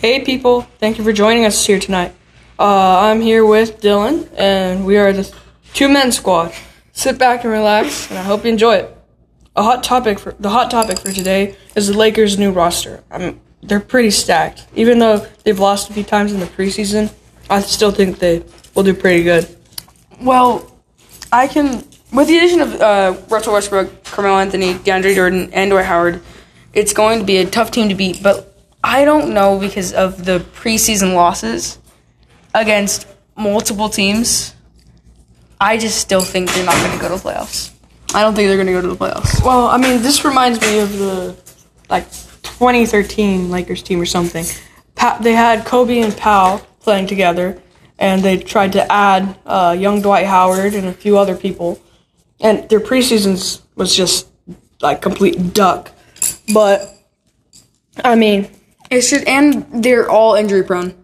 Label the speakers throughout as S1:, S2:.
S1: Hey people, thank you for joining us here tonight. Uh, I'm here with Dylan, and we are the Two Men Squad. Sit back and relax, and I hope you enjoy it. A hot topic for the hot topic for today is the Lakers' new roster. I mean, they're pretty stacked. Even though they've lost a few times in the preseason, I still think they will do pretty good.
S2: Well, I can with the addition of uh, Russell Westbrook, Carmelo Anthony, DeAndre Jordan, and Dwight Howard, it's going to be a tough team to beat. But I don't know because of the preseason losses against multiple teams. I just still think they're not going to go to playoffs. I don't think they're going to go to the playoffs.
S1: Well, I mean, this reminds me of the like 2013 Lakers team or something. Pa- they had Kobe and Powell playing together, and they tried to add uh, young Dwight Howard and a few other people, and their preseasons was just like complete duck. But I mean,
S2: It's just, and they're all injury prone.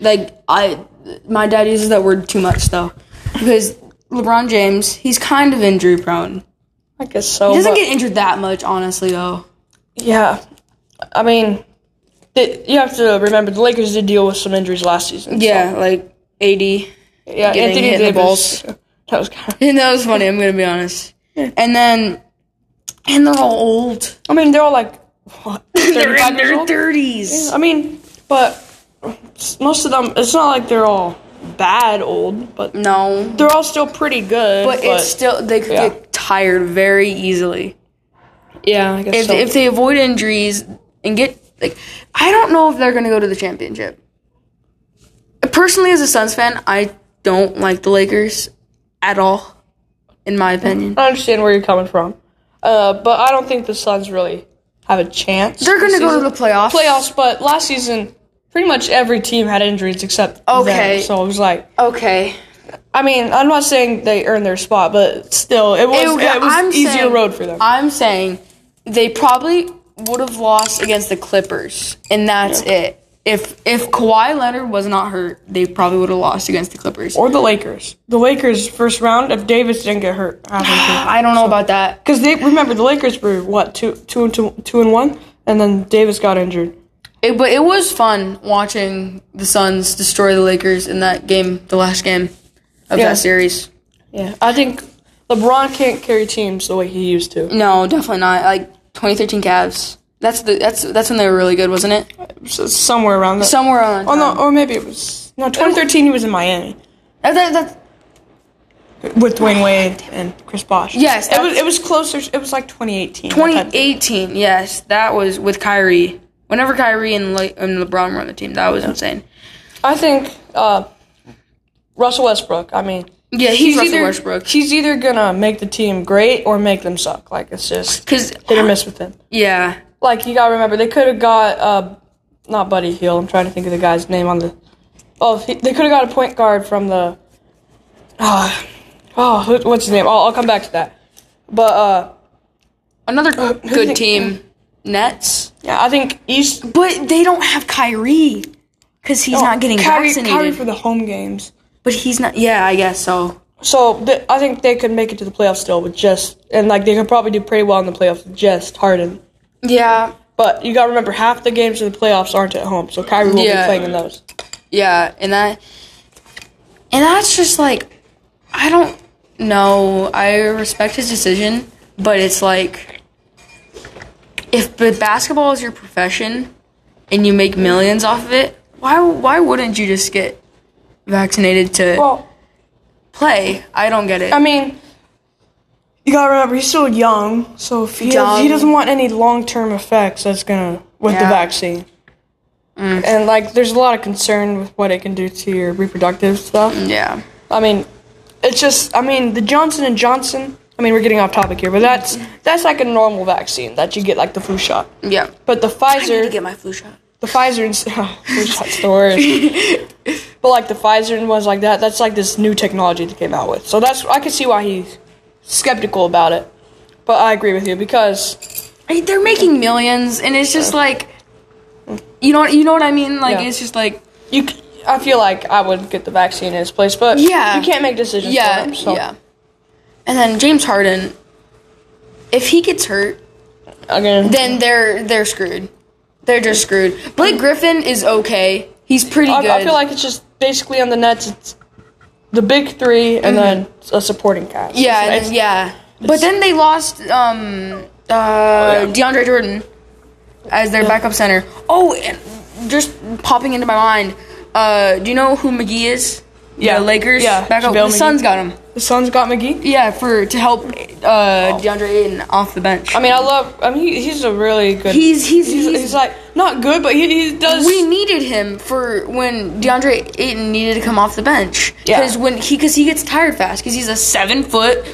S2: Like I, my dad uses that word too much though, because LeBron James, he's kind of injury prone.
S1: I guess so.
S2: He doesn't
S1: but-
S2: get injured that much, honestly, though.
S1: yeah, I mean, they, you have to remember the Lakers did deal with some injuries last season. so-
S2: like eighty.
S1: yeah.
S2: getting
S1: Anthony
S2: hit in the
S1: Davis. That was kind of.
S2: And that was funny. I'm gonna be honest. And then, and they're all old.
S1: I mean, they're all like what?
S2: They're
S1: 35
S2: in
S1: years
S2: their
S1: old?
S2: thirties.
S1: I mean, but most of them, it's not like they're all bad old, but
S2: No,
S1: they're all still pretty good.
S2: but it's still they could
S1: yeah.
S2: get tired very easily
S1: yeah, I guess
S2: if
S1: so.
S2: if they avoid injuries and get like. I don't know if they're gonna go to the championship. Personally, as a Suns fan, I don't like the Lakers at all. In my opinion,
S1: I understand where you're coming from, uh, but I don't think the Suns really have a chance.
S2: they're
S1: this
S2: gonna go to
S1: season.
S2: the playoffs.
S1: playoffs, but last season, pretty much every team had injuries except
S2: Okay.
S1: them. So it was like,
S2: Okay.
S1: I mean, I'm not saying they earned their spot, but still, it was it,
S2: It-
S1: was
S2: I'm
S1: easier
S2: saying-
S1: road for them.
S2: I'm saying they probably would have lost against the Clippers, and that's it. If if Kawhi Leonard was not hurt, they probably would have lost against the Clippers.
S1: or the Lakers. The Lakers first round. If Davis didn't get hurt, I don't think-
S2: I don't know about that.
S1: Because they remember the Lakers were what two two and two, two and one, and then Davis got injured.
S2: It, but it was fun watching the Suns destroy the Lakers in that game, the last game of
S1: Yeah.
S2: that series.
S1: Yeah, I think LeBron can't carry teams the way he used to.
S2: No, definitely not. Like 2013 Cavs. That's the that's that's when they were really good, wasn't it?
S1: It was somewhere around that.
S2: Somewhere on.
S1: Oh no, or maybe it was no 2013. He was in Miami
S2: That, that, that-
S1: with Dwayne Wade and Chris Bosh.
S2: Yes,
S1: it was.
S2: that's-
S1: It was closer. It was like 2018.
S2: 2018, yes, that was with Kyrie. Whenever Kyrie and, Le- and LeBron were on the team, that was insane.
S1: I think uh, Russell Westbrook. I mean,
S2: Yeah, he's, Russell
S1: either
S2: Westbrook.
S1: he's either gonna make the team great or make them suck. Like it's just
S2: Because
S1: hit or miss with him.
S2: yeah,
S1: like you gotta remember they could have got uh not Buddy Hill. I'm trying to think of the guy's name on the. Oh, he, they could have got a point guard from the. Uh, oh, who- what's his name? I'll, I'll come back to that. But uh,
S2: another
S1: do you
S2: good
S1: think-
S2: team, Nets.
S1: yeah, I think East.
S2: But they don't have Kyrie because he's not getting
S1: Kyrie,
S2: vaccinated.
S1: Kyrie for the home games.
S2: but he's not. Yeah, I guess so.
S1: So th- I think they could make it to the playoffs still with just and like they could probably do pretty well in the playoffs with just Harden.
S2: Yeah,
S1: But you gotta remember half the games in the playoffs aren't at home, so Kyrie will
S2: Yeah.
S1: be playing in those.
S2: yeah, and that, and that's just like, I don't know. I respect his decision, but it's like, if b- basketball is your profession, and you make millions off of it, why why wouldn't you just get vaccinated to?
S1: Well,
S2: play. I don't get it.
S1: I mean, you gotta remember he's still young, so if he,
S2: Young.
S1: he doesn't want any long term effects, that's gonna with the
S2: Yeah. Mm.
S1: vaccine. And like, there's a lot of concern with what it can do to your reproductive stuff.
S2: yeah.
S1: I mean, it's just, I mean, the Johnson and Johnson. I mean, we're getting off topic here, but that's that's like a normal vaccine that you get like the flu shot.
S2: Yeah.
S1: But the Pfizer,
S2: my flu shot.
S1: the Pfizer and flu shot's the worst. but like the Pfizer and ones like that, that's like this new technology that came out with. So that's I can see why he's skeptical about it. But I agree with you because
S2: they're making millions, and it's just like, you know, you know what I mean. Like
S1: Yeah.
S2: it's just like,
S1: you, c- I feel like I would get the vaccine in his place, but
S2: Yeah.
S1: you can't make decisions.
S2: yeah,
S1: for him, so
S2: yeah. And then James Harden, if he gets hurt,
S1: again,
S2: then they're they're screwed. They're just screwed. Blake Griffin is okay. He's pretty
S1: I,
S2: good.
S1: I feel like it's just basically on the Nets. It's the big three and then a supporting cast.
S2: Mm-hmm. yeah,
S1: It's-
S2: and-
S1: it's-
S2: yeah. But then they lost um uh DeAndre Jordan as their backup center. Oh, and just popping into my mind. Uh, do you know who McGee is?
S1: Yeah.
S2: the Lakers.
S1: Yeah,
S2: backup.
S1: JaVale
S2: The Suns
S1: McGee.
S2: got him.
S1: The Suns got McGee.
S2: Yeah, for to help uh, DeAndre Ayton off the bench.
S1: Oh. I mean, I love. I mean, he, he's a really good.
S2: He's- he's-
S1: he's,
S2: he's-
S1: he's like not good, but he, he does.
S2: we needed him for when DeAndre Ayton needed to come off the bench.
S1: Yeah.
S2: Because when he because he gets tired fast because he's a seven foot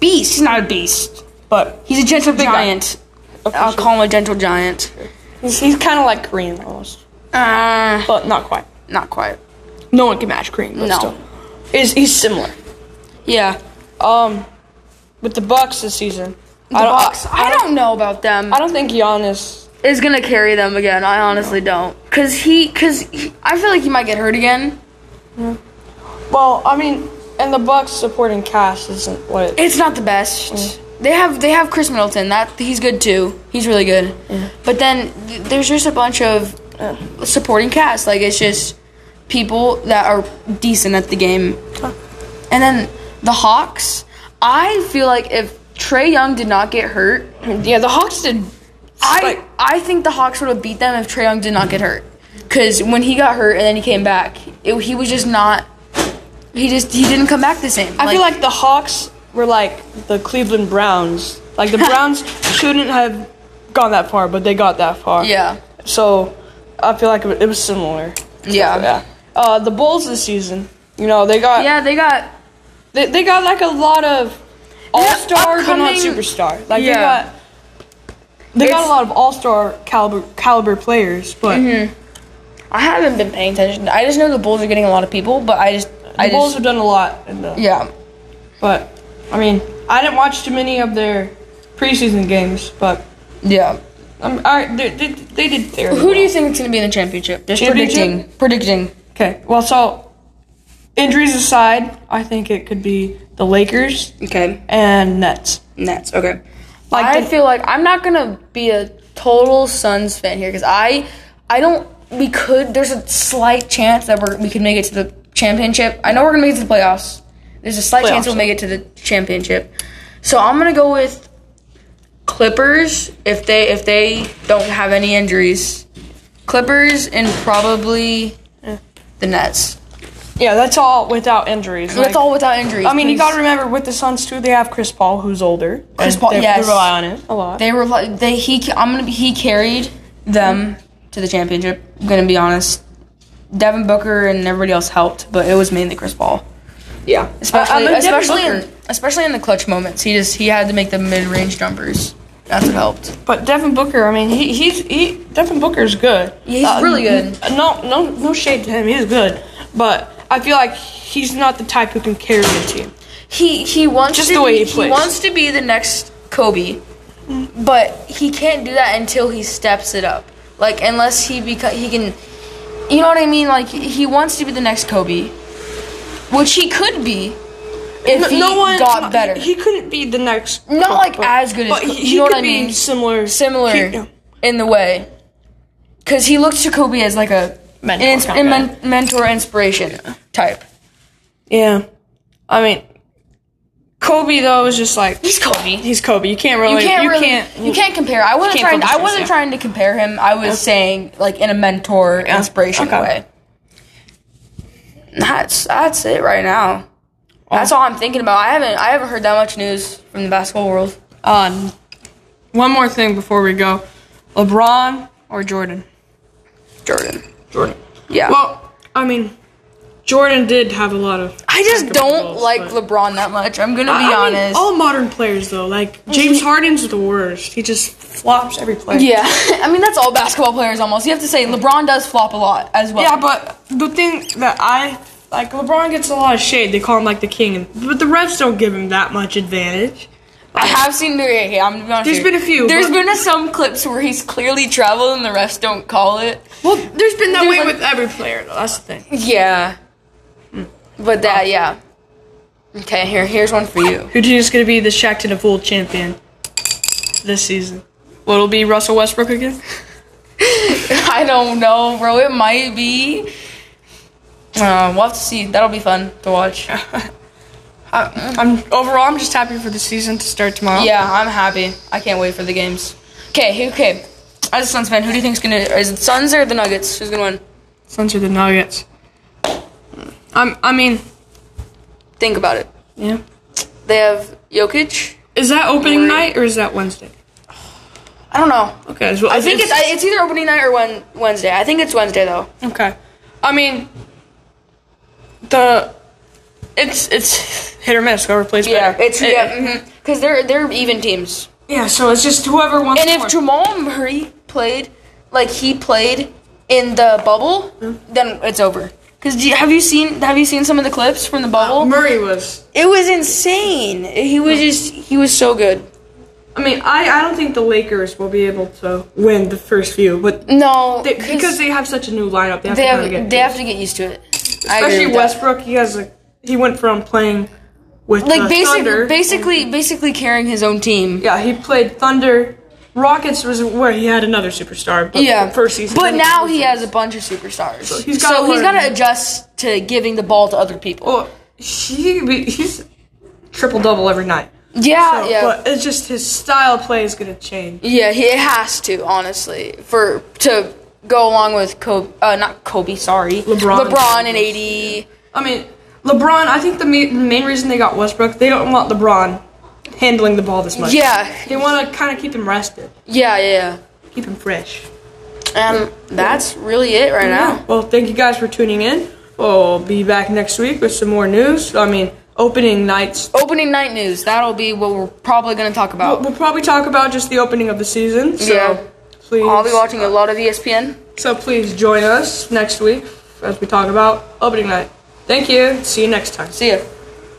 S2: beast. He's not a beast.
S1: but
S2: He's a gentle
S1: guy.
S2: giant. I'll call him a gentle giant.
S1: Uh, he's, he's kind of like Kareem almost,
S2: Uh,
S1: but not quite.
S2: not quite.
S1: No one can match Kareem. But
S2: No.
S1: still. He's, he's similar.
S2: Yeah.
S1: Um, with the Bucks this season,
S2: The
S1: I don't,
S2: Bucks.
S1: I,
S2: I, don't know about them.
S1: I don't think Giannis.
S2: Is gonna carry them again. I honestly don't. Cause he, cause he, I feel like he might get hurt again.
S1: Well, I mean, and the Bucks supporting cast isn't what. It,
S2: It's not the best.
S1: Mm.
S2: They have they have Chris Middleton. That he's good too. He's really good.
S1: Mm.
S2: But then th- there's just a bunch of supporting cast. Like it's just people that are decent at the game. And then the Hawks. I feel like if Trey Young did not get hurt,
S1: yeah, the Hawks did.
S2: I
S1: like-
S2: I think the Hawks would have beat them if Trey Young did not get hurt. Because when he got hurt and then he came back, it, he was just not. He just he didn't come back the same.
S1: I feel like the Hawks were like the Cleveland Browns. Like the Browns shouldn't have gone that far, but they got that far.
S2: yeah
S1: So I feel like it wa- it was similar.
S2: yeah
S1: Yeah. Uh, the Bulls this season, you know, they got
S2: yeah they got
S1: they, they got like a lot of all star but not
S2: upcoming-
S1: superstar. Like they got they
S2: Yeah.
S1: got
S2: It's- Mm-hmm.
S1: a lot of all star caliber caliber players, but
S2: I haven't been paying attention. I just know the Bulls are getting a lot of people, but I just
S1: the
S2: I
S1: Bulls
S2: just
S1: have done a lot. In the,
S2: yeah.
S1: But I mean, I didn't watch too many of their preseason games, but
S2: Yeah.
S1: um, I, they, they, they did their.
S2: Who do you think is going to be in the championship? Just
S1: Championship?
S2: predicting. Predicting.
S1: Okay, well, so injuries aside, I think it could be the Lakers
S2: Okay.
S1: and Nets.
S2: Nets. Okay.
S1: Like
S2: I
S1: the-
S2: feel like I'm not gonna be a total Suns fan here because I, I don't. We could. There's a slight chance that we're, we could make it to the championship. I know we're gonna make it to the playoffs. There's a slight chance
S1: Playoffs.
S2: we'll make it to the championship. So I'm gonna go with Clippers if they if they don't have any injuries. Clippers and probably the Nets.
S1: Yeah, that's all without injuries.
S2: That's
S1: like-
S2: all without injuries.
S1: I mean, you
S2: please.
S1: gotta remember with the Suns too, they have Chris Paul, who's older.
S2: Chris
S1: and
S2: Paul,
S1: they,
S2: yes.
S1: they rely on it a lot.
S2: They were like they he I'm gonna be he carried them to the championship. I'm gonna be honest. Devin Booker and everybody else helped, but it was mainly Chris Paul.
S1: yeah,
S2: Especially especially in, especially in the clutch moments. He just he had to make the mid range jumpers. That's what helped.
S1: But Devin Booker, I mean, he he's he Devin Booker's good. Uh,
S2: Yeah, he's really good.
S1: n- No, no, no shade to him. He's good, but I feel like he's not the type who can carry a team.
S2: He he wants
S1: Just
S2: to
S1: the way
S2: be-
S1: he plays.
S2: wants to be the next Kobe. But he can't do that until he steps it up. Like unless he beca- he can you know what I mean? Like he wants to be the next Kobe. Which he could be if
S1: No,
S2: he
S1: no one
S2: got better.
S1: He, couldn't be the next.
S2: Not like
S1: but-
S2: as good as
S1: but
S2: Kobe,
S1: he,
S2: you
S1: he
S2: know what
S1: could
S2: I
S1: be
S2: mean?
S1: Similar,
S2: similar
S1: he- yeah.
S2: in the way. Cuz he looked to Kobe as like a
S1: Mentor
S2: ins-
S1: kinda.
S2: men- mentor inspiration type.
S1: yeah, I mean, Kobe though is just like
S2: He's Kobe.
S1: he's Kobe. You can't really.
S2: you can't really, you can't compare. I wasn't
S1: can't
S2: trying.
S1: focus
S2: I
S1: on
S2: wasn't
S1: yourself.
S2: trying to compare him. I was saying like in a mentor inspiration
S1: Okay.
S2: way. That's that's it right now.
S1: Oh.
S2: That's all I'm thinking about. I haven't I haven't heard that much news from the basketball world.
S1: Um, one more thing before we go, LeBron or Jordan.
S2: Jordan.
S1: Jordan.
S2: Yeah.
S1: Well, I mean, Jordan did have a lot of.
S2: I just don't
S1: Bulls,
S2: like
S1: but-
S2: LeBron that much. I'm gonna be
S1: I- I mean,
S2: honest.
S1: all modern players though, like James Harden's the worst. He just flops every play.
S2: yeah. I mean that's all basketball players almost. You have to say LeBron does flop a lot as well.
S1: Yeah, but the thing that I like, LeBron gets a lot of shade. They call him like the king, but the refs don't give him that much advantage.
S2: I have seen. Okay, okay, I'm gonna be honest.
S1: There's
S2: here.
S1: been a few,
S2: There's
S1: but-
S2: been a, some clips where he's clearly traveled and the refs don't call it.
S1: Well, there's been that
S2: There's
S1: way
S2: like-
S1: with every player. though. That's the thing.
S2: Yeah. But that, yeah. Okay, here, here's one for you.
S1: Who do you think's gonna be the Shaq to the full champion this season? Will it be Russell Westbrook again?
S2: I don't know, bro. It might be. Uh, we'll have to see. That'll be fun to watch.
S1: I, I'm overall. I'm just happy for the season to start tomorrow.
S2: Yeah, I'm happy. I can't wait for the games. Okay, okay. As a Suns fan, who do you think's gonna? Is it Suns or the Nuggets? Who's gonna win?
S1: Suns are the Nuggets. I'm. I mean,
S2: Think about it.
S1: yeah.
S2: They have Jokic.
S1: Is that opening
S2: Right.
S1: night or is that Wednesday?
S2: I don't know.
S1: Okay. So
S2: I think it's I- it's either opening night or Wen- Wednesday. I think it's Wednesday though.
S1: okay. I mean, the it's it's hit or miss. Go replace. better.
S2: it's
S1: It-
S2: yeah, Uh, mm-hmm. because they're they're even teams.
S1: Yeah. So it's just whoever wants.
S2: And if
S1: more.
S2: Jamal Murray played like he played in the bubble, then it's over. Because have you seen have you seen some of the clips from the bubble? Mm.
S1: Murray was.
S2: It was insane. He was just he was so good.
S1: I mean, I, I don't think the Lakers will be able to win the first few, but
S2: No,
S1: they, because they have such a new lineup, they have
S2: they
S1: to
S2: have
S1: kinda get
S2: they have to get used to it. I agree
S1: especially
S2: with that.
S1: Westbrook. He has a he went from playing with the
S2: Like
S1: Thunder.
S2: basically, basically, basically carrying his own team.
S1: yeah, he played Thunder. Rockets was where he had another superstar. But
S2: Yeah,
S1: first season.
S2: But now he has a bunch of superstars, so
S1: he's
S2: he's
S1: gotta learn.
S2: got to adjust to giving the ball to other people.
S1: Well, he he's triple double every night.
S2: yeah,
S1: So,
S2: Uh, yeah,
S1: But it's just his style of play is gonna change.
S2: yeah. He has to honestly for to go along with Kobe, uh, not Kobe, sorry,
S1: LeBron.
S2: LeBron and eighty.
S1: I mean, LeBron. I think the ma- main reason they got Westbrook, they don't want LeBron handling the ball this much.
S2: Yeah,
S1: They want to kind of keep him rested,
S2: yeah, yeah.
S1: keep him fresh.
S2: And that's really it right now.
S1: Well, thank you guys for tuning in. We'll be back next week with some more news. I mean, opening nights.
S2: Opening night news. That'll be what we're probably going to talk about.
S1: We'll probably talk about just the opening of the season. So
S2: Yeah.
S1: please,
S2: I'll be watching a lot of E ESPN.
S1: so please join us next week as we talk about opening night. Thank you. See you next time.
S2: See ya.